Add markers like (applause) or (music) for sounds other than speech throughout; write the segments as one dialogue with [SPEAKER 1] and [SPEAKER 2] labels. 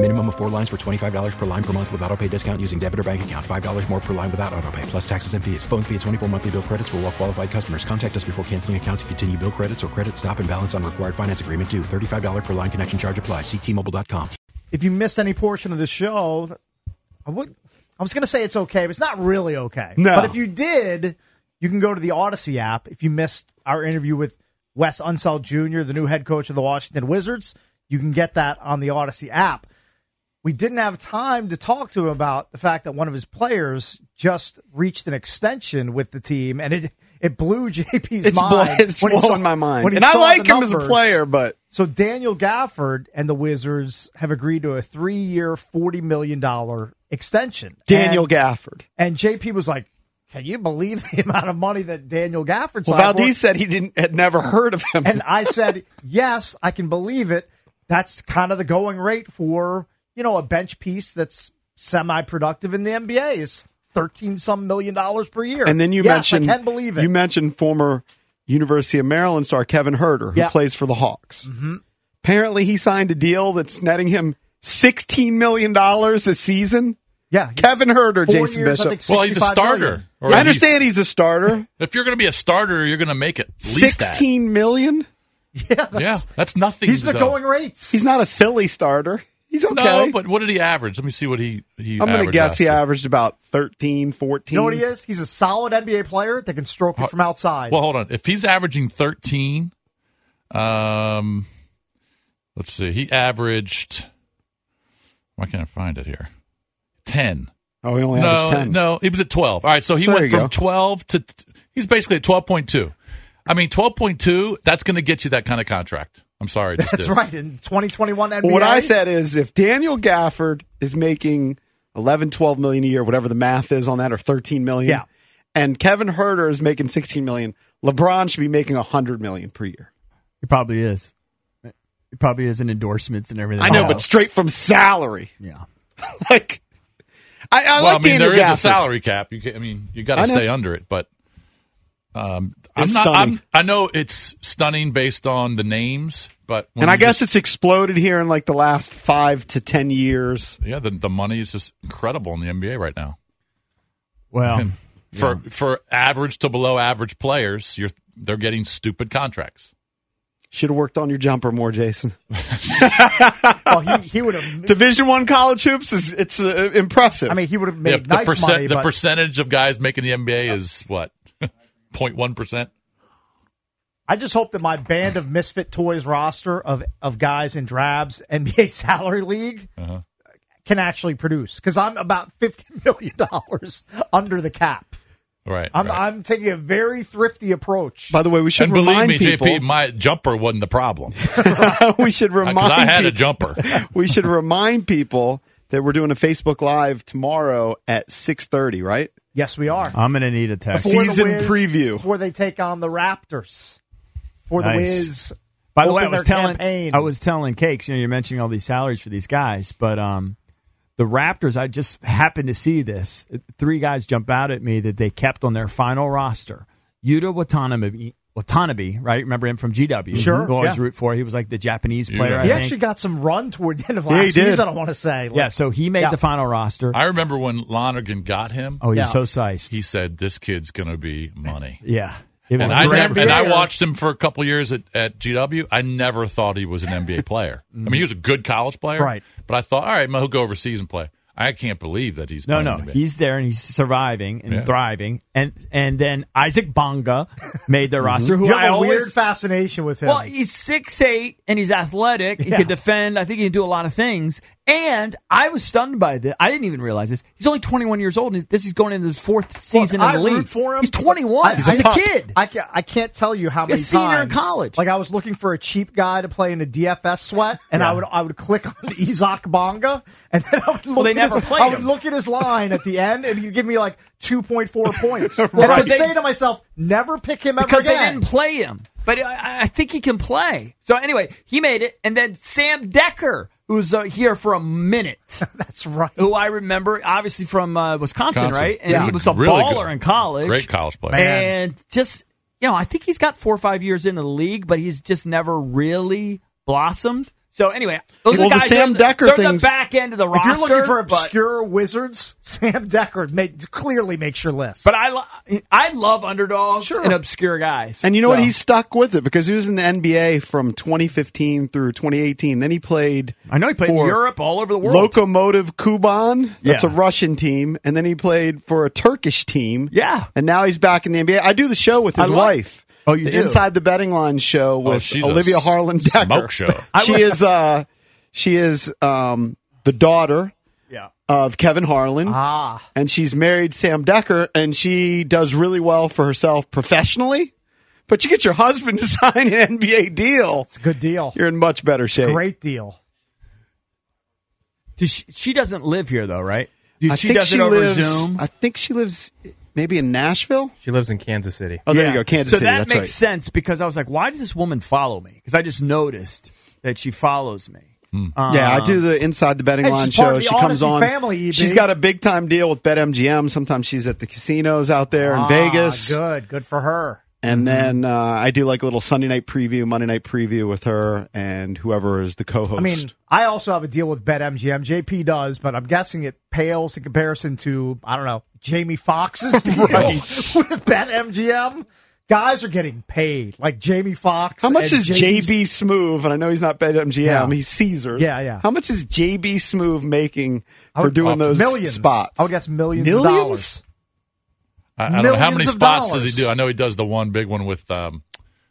[SPEAKER 1] Minimum of four lines for $25 per line per month with auto pay discount using debit or bank account. $5 more per line without auto pay, plus taxes and fees. Phone fee at 24 monthly bill credits for all well qualified customers. Contact us before canceling account to continue bill credits or credit stop and balance on required finance agreement due. $35 per line connection charge applies. Ctmobile.com.
[SPEAKER 2] If you missed any portion of the show, I would. I was going to say it's okay, but it's not really okay.
[SPEAKER 3] No.
[SPEAKER 2] But if you did, you can go to the Odyssey app. If you missed our interview with Wes Unseld Jr., the new head coach of the Washington Wizards, you can get that on the Odyssey app. We didn't have time to talk to him about the fact that one of his players just reached an extension with the team, and it it blew (laughs) JP's
[SPEAKER 3] It's, blo-
[SPEAKER 2] mind.
[SPEAKER 3] it's
[SPEAKER 2] when he
[SPEAKER 3] blowing
[SPEAKER 2] saw-
[SPEAKER 3] my mind.
[SPEAKER 2] when he
[SPEAKER 3] And I
[SPEAKER 2] saw
[SPEAKER 3] like
[SPEAKER 2] the
[SPEAKER 3] him as a
[SPEAKER 2] numbers.
[SPEAKER 3] player, but
[SPEAKER 2] So Daniel Gafford and the Wizards have agreed to a three-year, forty million dollar extension.
[SPEAKER 3] Daniel
[SPEAKER 2] and,
[SPEAKER 3] Gafford.
[SPEAKER 2] and JP was like, "Can you believe (laughs) the amount of money that Daniel Gafford?"
[SPEAKER 3] Well,
[SPEAKER 2] signed for?"
[SPEAKER 3] Valdez said he didn't had never heard of him.
[SPEAKER 2] and I said, "Yes, I can believe it. That's kind of the going rate for you know a bench piece that's semi-productive in the NBA is thirteen some million dollars per year."
[SPEAKER 3] And then you
[SPEAKER 2] Yes,
[SPEAKER 3] mentioned
[SPEAKER 2] I can believe it.
[SPEAKER 3] You mentioned former University of Maryland star Kevin Herter, who
[SPEAKER 2] Yeah.
[SPEAKER 3] plays for the Hawks. Apparently, he signed a deal that's netting him sixteen million dollars a season.
[SPEAKER 2] yeah, he's-
[SPEAKER 3] Kevin Herter,
[SPEAKER 2] four
[SPEAKER 3] Jason
[SPEAKER 2] years, I
[SPEAKER 3] Bishop.
[SPEAKER 2] think
[SPEAKER 4] Well, he's a
[SPEAKER 2] 65 million.
[SPEAKER 4] starter. Or
[SPEAKER 3] I
[SPEAKER 4] at least-
[SPEAKER 3] understand he's a starter.
[SPEAKER 4] If you're going to be a starter, you're going to make it. At least that.
[SPEAKER 3] Sixteen million.
[SPEAKER 2] Yeah, that's,
[SPEAKER 4] Yeah, that's nothing.
[SPEAKER 2] He's the
[SPEAKER 4] though.
[SPEAKER 2] going rates.
[SPEAKER 3] He's not a silly starter. He's okay.
[SPEAKER 4] No, but what did he average? Let me see what he. he
[SPEAKER 3] I'm going to
[SPEAKER 4] averaged
[SPEAKER 3] guess
[SPEAKER 4] last
[SPEAKER 3] he
[SPEAKER 4] year.
[SPEAKER 3] averaged about 13, 14.
[SPEAKER 2] You know what he is? He's a solid NBA player that can stroke you from outside.
[SPEAKER 4] Well, hold on. If he's averaging 13, um, let's see. He averaged. Why can't I find it here? 10.
[SPEAKER 3] Oh, he only
[SPEAKER 4] no,
[SPEAKER 3] averaged 10.
[SPEAKER 4] no, he was at 12. All right, so he
[SPEAKER 3] There you
[SPEAKER 4] went from
[SPEAKER 3] go.
[SPEAKER 4] 12 to. He's basically at 12.2. I mean, 12.2. That's going to get you that kind of contract. I'm sorry.
[SPEAKER 2] (laughs)
[SPEAKER 4] Just
[SPEAKER 2] That's
[SPEAKER 4] is.
[SPEAKER 2] right. In 2021 NBA,
[SPEAKER 3] Well, what I said is if Daniel Gafford is making 11, 12 million a year, whatever the math is on that, or 13 million,
[SPEAKER 2] Yeah.
[SPEAKER 3] and Kevin Herter is making 16 million, LeBron should be making 100 million per year.
[SPEAKER 5] It probably is. It probably is in endorsements and everything.
[SPEAKER 3] I know,
[SPEAKER 5] Oh.
[SPEAKER 3] but straight from salary.
[SPEAKER 5] yeah,
[SPEAKER 3] (laughs) like, I, I
[SPEAKER 4] Well,
[SPEAKER 3] like
[SPEAKER 4] I mean,
[SPEAKER 3] Daniel
[SPEAKER 4] there is
[SPEAKER 3] Gafford.
[SPEAKER 4] a salary cap. You can, I mean, you got
[SPEAKER 3] I
[SPEAKER 4] to
[SPEAKER 3] know.
[SPEAKER 4] stay under it, but um, I'm
[SPEAKER 3] It's
[SPEAKER 4] not.
[SPEAKER 3] stunning.
[SPEAKER 4] I'm, I know it's stunning based on the names, but when
[SPEAKER 3] And I
[SPEAKER 4] you
[SPEAKER 3] guess
[SPEAKER 4] just-
[SPEAKER 3] it's exploded here in like the last five to 10 years.
[SPEAKER 4] yeah, the the money is just incredible in the NBA right now.
[SPEAKER 5] well,
[SPEAKER 4] And for for average to below average players, you're they're getting stupid contracts.
[SPEAKER 3] Should have worked on your jumper more, Jason.
[SPEAKER 2] well, he, he would have.
[SPEAKER 3] Division one college hoops is it's uh, impressive.
[SPEAKER 2] I mean, he would have
[SPEAKER 4] Yeah,
[SPEAKER 2] made
[SPEAKER 4] the
[SPEAKER 2] nice
[SPEAKER 4] percent,
[SPEAKER 2] money,
[SPEAKER 4] the
[SPEAKER 2] but
[SPEAKER 4] percentage of guys making the NBA is what (laughs) 0.1 percent.
[SPEAKER 2] I just hope that my band of misfit toys roster of of guys in drabs (laughs) NBA salary league can actually produce because I'm about 50 (laughs) million dollars under the cap.
[SPEAKER 4] Right.
[SPEAKER 2] I'm
[SPEAKER 4] right.
[SPEAKER 2] I'm taking a very thrifty approach.
[SPEAKER 3] by the way, we should
[SPEAKER 4] and believe
[SPEAKER 3] remind
[SPEAKER 4] me,
[SPEAKER 3] people.
[SPEAKER 4] JP, my jumper wasn't
[SPEAKER 3] (laughs)
[SPEAKER 4] the problem
[SPEAKER 3] we should remind.
[SPEAKER 4] because I had a
[SPEAKER 3] people-
[SPEAKER 4] jumper.
[SPEAKER 3] we should remind people that we're doing a Facebook Live tomorrow at six thirty. Right?
[SPEAKER 2] yes, we are.
[SPEAKER 5] I'm gonna need a text.
[SPEAKER 2] Before the
[SPEAKER 3] season
[SPEAKER 2] Wiz-
[SPEAKER 3] preview.
[SPEAKER 2] before they take on the Raptors. For the
[SPEAKER 5] Nice.
[SPEAKER 2] Wiz,
[SPEAKER 5] By the way, I
[SPEAKER 2] open
[SPEAKER 5] was
[SPEAKER 2] their
[SPEAKER 5] telling
[SPEAKER 2] campaign.
[SPEAKER 5] I was telling Cakes, you know, you're mentioning all these salaries for these guys, but um, the Raptors. I just happened to see this. Three guys jump out at me that they kept on their final roster. Yuta Watanabe, Watanabe, right? Remember him from GW?
[SPEAKER 2] Sure,
[SPEAKER 5] who always
[SPEAKER 2] yeah.
[SPEAKER 5] root for. Mm-hmm. He was like the Japanese
[SPEAKER 4] Yuta.
[SPEAKER 5] player. I
[SPEAKER 2] He
[SPEAKER 5] think.
[SPEAKER 2] actually got some run toward the end of
[SPEAKER 3] he
[SPEAKER 2] last
[SPEAKER 3] did.
[SPEAKER 2] season. I want to say, Like,
[SPEAKER 5] yeah, so he made
[SPEAKER 2] Yeah.
[SPEAKER 5] the final roster.
[SPEAKER 4] I remember when Lonergan got him.
[SPEAKER 5] oh, you're
[SPEAKER 2] Yeah.
[SPEAKER 5] so sized.
[SPEAKER 4] He said, "This kid's going to be money."
[SPEAKER 5] (laughs) Yeah, it
[SPEAKER 4] And I
[SPEAKER 5] was-
[SPEAKER 4] never, and I
[SPEAKER 2] NBA.
[SPEAKER 4] watched him for a couple years at, at GW. I never thought he was an
[SPEAKER 5] (laughs)
[SPEAKER 4] NBA player. I
[SPEAKER 5] Mm-hmm.
[SPEAKER 4] mean, he was a good college player,
[SPEAKER 2] Right.
[SPEAKER 4] But I thought, all right, well, he'll go overseas and play. I can't believe that he's
[SPEAKER 5] No,
[SPEAKER 4] playing
[SPEAKER 5] no,
[SPEAKER 4] in the NBA.
[SPEAKER 5] he's there and he's surviving and
[SPEAKER 4] Yeah.
[SPEAKER 5] thriving. And and then Isaac Bonga made
[SPEAKER 4] (laughs) Mm-hmm.
[SPEAKER 5] their roster, who
[SPEAKER 2] you
[SPEAKER 5] I
[SPEAKER 2] have a
[SPEAKER 5] always
[SPEAKER 2] weird fascination with him.
[SPEAKER 5] well, he's six eight and he's athletic. He
[SPEAKER 2] Yeah.
[SPEAKER 5] could defend. I think he can do a lot of things. And I was stunned by this. I didn't even realize this. He's only 21 years old, and this is going into his fourth season
[SPEAKER 2] Look,
[SPEAKER 5] in the
[SPEAKER 2] I root
[SPEAKER 5] league.
[SPEAKER 2] for him.
[SPEAKER 5] He's 21.
[SPEAKER 2] I-
[SPEAKER 5] he's
[SPEAKER 2] I-
[SPEAKER 5] a kid.
[SPEAKER 2] I can't, I can't tell you how
[SPEAKER 5] He's a
[SPEAKER 2] many
[SPEAKER 5] senior in
[SPEAKER 2] times,
[SPEAKER 5] college.
[SPEAKER 2] Like I was looking for a cheap guy to play in a DFS sweat, and I would I would click on Izak Bonga, and then I would look.
[SPEAKER 5] they
[SPEAKER 2] at
[SPEAKER 5] never
[SPEAKER 2] his,
[SPEAKER 5] played
[SPEAKER 2] I would
[SPEAKER 5] him.
[SPEAKER 2] look at his line at the end, and he'd give me like two
[SPEAKER 5] (laughs)
[SPEAKER 2] point four points. And I
[SPEAKER 5] Right.
[SPEAKER 2] would say to myself, "Never pick him ever
[SPEAKER 5] because they
[SPEAKER 2] again."
[SPEAKER 5] didn't play him. But I, I think he can play. So anyway, he made it, and then Sam Decker, who's uh, here for a minute,
[SPEAKER 2] (laughs) That's right.
[SPEAKER 5] who I remember obviously from uh, Wisconsin,
[SPEAKER 4] Wisconsin.
[SPEAKER 5] right? And
[SPEAKER 4] Yeah.
[SPEAKER 5] he was a
[SPEAKER 4] Really
[SPEAKER 5] baller
[SPEAKER 4] good.
[SPEAKER 5] in college,
[SPEAKER 4] Great college player.
[SPEAKER 5] and just you know, I think he's got four or five years into the league, but he's just never really blossomed. So anyway, those
[SPEAKER 3] Well,
[SPEAKER 5] are
[SPEAKER 3] the
[SPEAKER 5] guys
[SPEAKER 3] Sam
[SPEAKER 5] they're the-
[SPEAKER 3] Decker
[SPEAKER 5] they're
[SPEAKER 3] thing's-
[SPEAKER 5] the back end of the
[SPEAKER 2] If
[SPEAKER 5] roster.
[SPEAKER 2] you're looking for
[SPEAKER 5] but-
[SPEAKER 2] obscure wizards, (laughs) Sam Decker make, clearly makes your list.
[SPEAKER 5] but I, lo- I love underdogs
[SPEAKER 2] Sure.
[SPEAKER 5] and obscure guys.
[SPEAKER 3] And you know what?
[SPEAKER 5] So-
[SPEAKER 3] He's stuck with it because he was in the NBA from 2015 through 2018. Then he played.
[SPEAKER 5] I know he played in
[SPEAKER 3] for
[SPEAKER 5] Europe, all over the world.
[SPEAKER 3] Lokomotiv Kuban. That's
[SPEAKER 5] Yeah.
[SPEAKER 3] a Russian team. And then he played for a Turkish team.
[SPEAKER 5] Yeah.
[SPEAKER 3] And now he's back in the NBA. I do the show with his
[SPEAKER 5] I love-
[SPEAKER 3] wife.
[SPEAKER 5] Oh, you
[SPEAKER 3] the
[SPEAKER 5] do?
[SPEAKER 3] Inside the Betting Line show
[SPEAKER 4] Oh,
[SPEAKER 3] with
[SPEAKER 4] she's a
[SPEAKER 3] Olivia Harlan Decker. (laughs)
[SPEAKER 4] smoke show.
[SPEAKER 3] she is uh she is um the daughter
[SPEAKER 5] Yeah.
[SPEAKER 3] of Kevin Harlan.
[SPEAKER 2] ah,
[SPEAKER 3] And she's married Sam Decker and she does really well for herself professionally. But you get your husband to (laughs) sign an NBA deal,
[SPEAKER 2] it's a good deal,
[SPEAKER 3] you're in much better shape.
[SPEAKER 2] great deal.
[SPEAKER 5] Does she, she doesn't live here though, right? Dude,
[SPEAKER 3] I
[SPEAKER 5] she
[SPEAKER 3] think
[SPEAKER 5] does
[SPEAKER 3] she
[SPEAKER 5] it over
[SPEAKER 3] lives,
[SPEAKER 5] Zoom.
[SPEAKER 3] I think she lives maybe in Nashville.
[SPEAKER 6] She lives in Kansas City.
[SPEAKER 3] Oh, there
[SPEAKER 5] Yeah.
[SPEAKER 3] you go, Kansas
[SPEAKER 5] so
[SPEAKER 3] City.
[SPEAKER 5] that
[SPEAKER 3] that's
[SPEAKER 5] makes
[SPEAKER 3] right.
[SPEAKER 5] sense because I was like, why does this woman follow me? Because I just noticed that she follows me.
[SPEAKER 3] Yeah, I do the Inside the Betting
[SPEAKER 2] Um, Hey,
[SPEAKER 3] Line
[SPEAKER 2] she's part
[SPEAKER 3] show.
[SPEAKER 2] of the
[SPEAKER 3] She comes
[SPEAKER 2] Odyssey
[SPEAKER 3] on.
[SPEAKER 2] family, EB.
[SPEAKER 3] she's got a big time deal with BetMGM. Sometimes she's at the casinos out there in
[SPEAKER 2] Ah,
[SPEAKER 3] Vegas.
[SPEAKER 2] good, good for her.
[SPEAKER 3] And then uh, I do like a little Sunday night preview, Monday night preview with her and whoever is the co host.
[SPEAKER 2] I mean, I also have a deal with BetMGM. JP does, but I'm guessing it pales in comparison to I don't know Jamie Fox's
[SPEAKER 3] (laughs)
[SPEAKER 2] deal (laughs) with BetMGM. Guys are getting paid like Jamie Fox.
[SPEAKER 3] how much
[SPEAKER 2] and
[SPEAKER 3] is
[SPEAKER 2] JB
[SPEAKER 3] JB Smoove? And I know he's not BetMGM,
[SPEAKER 2] Yeah.
[SPEAKER 3] he's Caesars.
[SPEAKER 2] Yeah, yeah.
[SPEAKER 3] How much is JB Smoove making
[SPEAKER 2] I
[SPEAKER 3] for
[SPEAKER 2] would-
[SPEAKER 3] doing
[SPEAKER 2] oh,
[SPEAKER 3] those
[SPEAKER 2] millions.
[SPEAKER 3] spots?
[SPEAKER 2] I would guess millions,
[SPEAKER 3] Millions?
[SPEAKER 2] of dollars.
[SPEAKER 4] I, I don't know how
[SPEAKER 2] Millions
[SPEAKER 4] many
[SPEAKER 2] of
[SPEAKER 4] spots
[SPEAKER 2] dollars.
[SPEAKER 4] does he do. I know he does the one big one with um,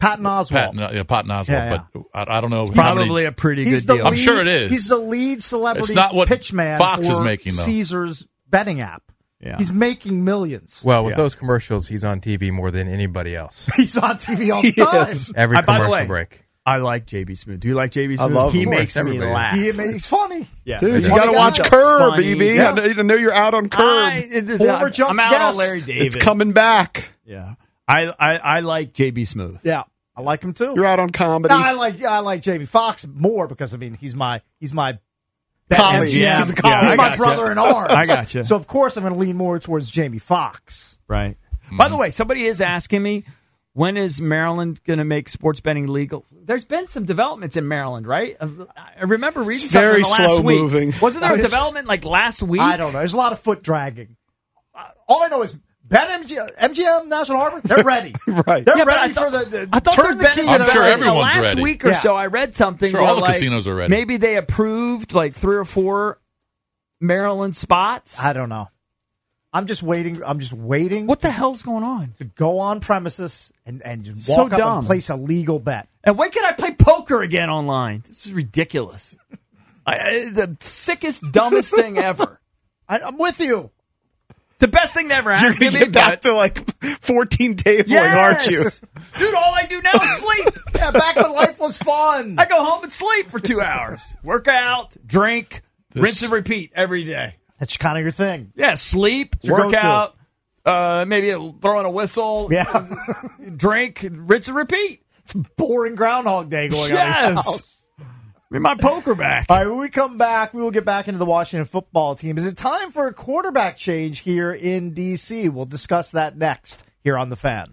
[SPEAKER 2] Patton Oswalt.
[SPEAKER 4] Pat, yeah, Pat Oswalt,
[SPEAKER 2] Yeah, yeah.
[SPEAKER 4] but I, I don't know. how many-
[SPEAKER 5] Probably a pretty
[SPEAKER 2] He's
[SPEAKER 5] good
[SPEAKER 2] the
[SPEAKER 5] deal.
[SPEAKER 4] I'm
[SPEAKER 2] lead-
[SPEAKER 4] sure it is.
[SPEAKER 2] He's the lead celebrity
[SPEAKER 4] It's not what
[SPEAKER 2] pitchman
[SPEAKER 4] Fox
[SPEAKER 2] for
[SPEAKER 4] is making, though.
[SPEAKER 2] Caesar's betting app.
[SPEAKER 5] Yeah.
[SPEAKER 2] He's making millions.
[SPEAKER 6] Well, with
[SPEAKER 5] Yeah.
[SPEAKER 6] those commercials, he's on TV more than anybody else.
[SPEAKER 2] (laughs) He's on TV all the time.
[SPEAKER 3] Yes.
[SPEAKER 6] Every
[SPEAKER 5] Uh, by the
[SPEAKER 6] commercial
[SPEAKER 5] way,
[SPEAKER 6] break.
[SPEAKER 5] I like JB Smooth. Do you like JB Smooth?
[SPEAKER 3] love
[SPEAKER 5] he
[SPEAKER 3] him.
[SPEAKER 5] makes
[SPEAKER 6] Of course,
[SPEAKER 5] me
[SPEAKER 6] everybody
[SPEAKER 5] laugh.
[SPEAKER 2] He, he's funny.
[SPEAKER 5] yeah.
[SPEAKER 3] Dude, you
[SPEAKER 2] He's
[SPEAKER 3] got to
[SPEAKER 2] got
[SPEAKER 3] watch
[SPEAKER 2] a
[SPEAKER 3] Curb,
[SPEAKER 5] funny-
[SPEAKER 3] EB. I know- I know you're out on Curb.
[SPEAKER 5] I, it- it-
[SPEAKER 2] Former
[SPEAKER 5] I'm-
[SPEAKER 2] Jumps
[SPEAKER 5] I'm out
[SPEAKER 2] guest.
[SPEAKER 5] on Larry David.
[SPEAKER 3] it's coming back.
[SPEAKER 5] Yeah. I, I, I like JB Smooth.
[SPEAKER 2] Yeah, I like him too.
[SPEAKER 3] You're out on comedy.
[SPEAKER 2] No, I like I like Jamie Fox more because I mean he's my he's my
[SPEAKER 3] Colleague.
[SPEAKER 2] MGM.
[SPEAKER 3] He's
[SPEAKER 2] He's,
[SPEAKER 3] a colleague.
[SPEAKER 5] I
[SPEAKER 2] my
[SPEAKER 5] gotcha.
[SPEAKER 2] brother in arms.
[SPEAKER 5] I gotcha.
[SPEAKER 2] So of course I'm going to lean more towards Jamie Fox.
[SPEAKER 5] Right.
[SPEAKER 4] Mm-hmm.
[SPEAKER 5] By the way, somebody is asking me when is Maryland going to make sports betting legal? There's been some developments in Maryland, right? Of- I remember reading
[SPEAKER 3] It's
[SPEAKER 5] something in
[SPEAKER 3] very
[SPEAKER 5] the last week.
[SPEAKER 3] slow-moving.
[SPEAKER 5] Wasn't
[SPEAKER 4] (laughs)
[SPEAKER 5] there
[SPEAKER 2] I
[SPEAKER 5] a
[SPEAKER 2] just-
[SPEAKER 5] development like last week?
[SPEAKER 2] I don't know. There's a lot of foot dragging. Uh, All I know is Ben MGM, MGM National Harbor.
[SPEAKER 5] (laughs)
[SPEAKER 2] They're ready.
[SPEAKER 3] Right.
[SPEAKER 2] They're
[SPEAKER 5] Yeah, but I
[SPEAKER 2] ready
[SPEAKER 5] thought-
[SPEAKER 2] for the, the
[SPEAKER 5] I thought
[SPEAKER 2] turn the
[SPEAKER 5] there's
[SPEAKER 2] key.
[SPEAKER 5] been-
[SPEAKER 4] I'm
[SPEAKER 2] and they're
[SPEAKER 4] sure
[SPEAKER 2] ready.
[SPEAKER 4] everyone- everyone's
[SPEAKER 5] last
[SPEAKER 4] ready.
[SPEAKER 5] week or
[SPEAKER 2] Yeah.
[SPEAKER 5] so, I read something.
[SPEAKER 4] Sure,
[SPEAKER 5] where,
[SPEAKER 4] all the
[SPEAKER 5] like,
[SPEAKER 4] casinos are ready.
[SPEAKER 5] Maybe they approved like three or four Maryland spots.
[SPEAKER 2] I don't know. I'm just waiting. I'm just waiting
[SPEAKER 5] what the hell's going on?
[SPEAKER 2] to go on premises and and just
[SPEAKER 5] So
[SPEAKER 2] walk up
[SPEAKER 5] dumb.
[SPEAKER 2] and place a legal bet.
[SPEAKER 5] And when can I play poker again online? This is ridiculous. I, I, the sickest, dumbest thing ever.
[SPEAKER 2] I, I'm with you.
[SPEAKER 5] It's the best thing that ever
[SPEAKER 3] You're
[SPEAKER 5] happened
[SPEAKER 3] going
[SPEAKER 5] to
[SPEAKER 3] to
[SPEAKER 5] me.
[SPEAKER 3] get back
[SPEAKER 5] but-
[SPEAKER 3] to like (laughs) 14 tabling, aren't you?
[SPEAKER 5] Yes! Dude, all I do now is sleep.
[SPEAKER 2] Yeah, back when life was
[SPEAKER 5] (laughs)
[SPEAKER 2] fun.
[SPEAKER 5] I go home and sleep for two hours. Work out, drink, rinse and repeat every day.
[SPEAKER 2] That's kind of your thing.
[SPEAKER 5] Yeah, sleep,
[SPEAKER 2] your
[SPEAKER 5] work
[SPEAKER 2] go-to.
[SPEAKER 5] out, uh, maybe throw in a whistle,
[SPEAKER 2] Yeah.
[SPEAKER 5] (laughs) drink, rinse and repeat.
[SPEAKER 2] Boring Groundhog Day going on. in your
[SPEAKER 5] Yes.
[SPEAKER 2] house.
[SPEAKER 5] Get my poker back.
[SPEAKER 2] All right, when we come back, we will get back into the Washington football team. Is it time for a quarterback change here in D.C.? We'll discuss that next here on The Fan.